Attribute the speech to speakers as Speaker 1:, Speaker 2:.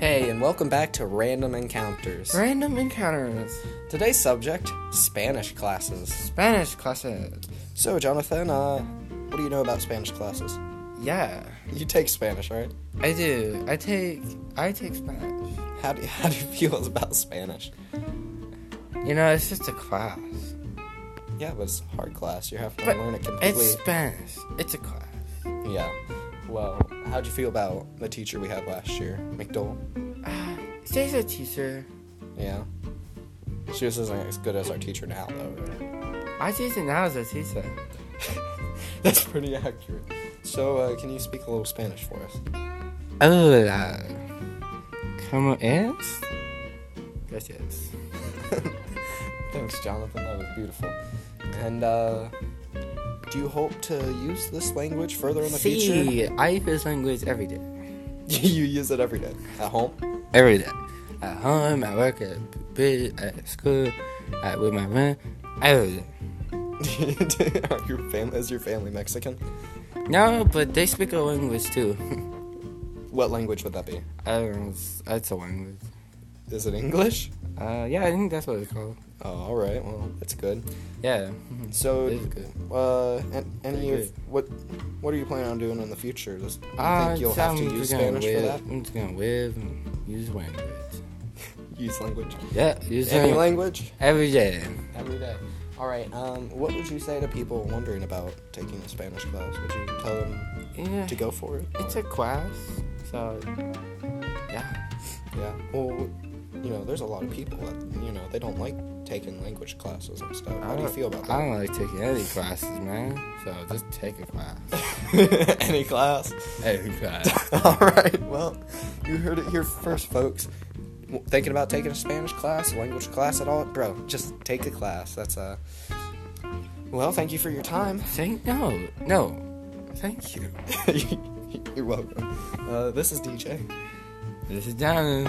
Speaker 1: welcome back to Random Encounters.
Speaker 2: Random encounters.
Speaker 1: Today's subject Spanish classes.
Speaker 2: Spanish classes.
Speaker 1: So, Jonathan, uh, what do you know about Spanish classes?
Speaker 2: Yeah,
Speaker 1: You take Spanish, right?
Speaker 2: I do. I take I take Spanish.
Speaker 1: How do you, how do you feel about Spanish?
Speaker 2: You know, it's just a class.
Speaker 1: Yeah, but it's a hard class. You're having to
Speaker 2: But
Speaker 1: learn it completely.
Speaker 2: It's Spanish. It's a class.
Speaker 1: Yeah. Well, how'd you feel about the teacher we had last year, McDowell?
Speaker 2: Ah, She's a teacher.
Speaker 1: Yeah. She was isn't as good as our teacher now, though.
Speaker 2: I teach it now as a teacher.
Speaker 1: That's pretty accurate. So, uh, can you speak a little Spanish for us?
Speaker 2: Hola. ¿Cómo es? Gracias.
Speaker 1: Thanks, Jonathan. That was beautiful. And uh, do you hope to use this language further in the future?
Speaker 2: See, I use this language every day.
Speaker 1: you use it every day at home.
Speaker 2: Every day. At home, at work, at bit, at school, at with my friend. Every day.
Speaker 1: Are your fam- is your family Mexican?
Speaker 2: No, but they speak a language too.
Speaker 1: What language would that be?
Speaker 2: I don't know. It's, it's a language.
Speaker 1: Is it English?
Speaker 2: Uh, yeah, I think that's what it's called.
Speaker 1: Oh, all right. Well, that's good.
Speaker 2: Yeah.
Speaker 1: So,
Speaker 2: It is good.
Speaker 1: uh, an- any
Speaker 2: Pretty
Speaker 1: of what what are you planning on doing in the future? Does, do you
Speaker 2: Uh,
Speaker 1: think you'll
Speaker 2: so
Speaker 1: have to
Speaker 2: I'm
Speaker 1: use
Speaker 2: just gonna
Speaker 1: Spanish for
Speaker 2: live-
Speaker 1: that?
Speaker 2: I'm just gonna live and use language.
Speaker 1: Use language.
Speaker 2: Yeah, use
Speaker 1: Any
Speaker 2: language.
Speaker 1: language?
Speaker 2: Every day.
Speaker 1: Every day. All right. Um, what would you say to people wondering about taking a Spanish class? Would you tell them
Speaker 2: Yeah.
Speaker 1: to go for it?
Speaker 2: It's a class, so yeah.
Speaker 1: Yeah. Well, you know, there's a lot of people that you know they don't like taking language classes and stuff. How do you
Speaker 2: don't-
Speaker 1: feel about
Speaker 2: I
Speaker 1: that?
Speaker 2: don't like taking any classes, man. So just take a class.
Speaker 1: Any class.
Speaker 2: Every class.
Speaker 1: All right. Well, you heard it here first, folks. W- Thinking about taking a Spanish class, a language class at all, bro? Just take a class. That's uh. Well, thank you for your time.
Speaker 2: Thank no, no. Thank you.
Speaker 1: You're welcome. Uh, this is DJ,
Speaker 2: This is Down.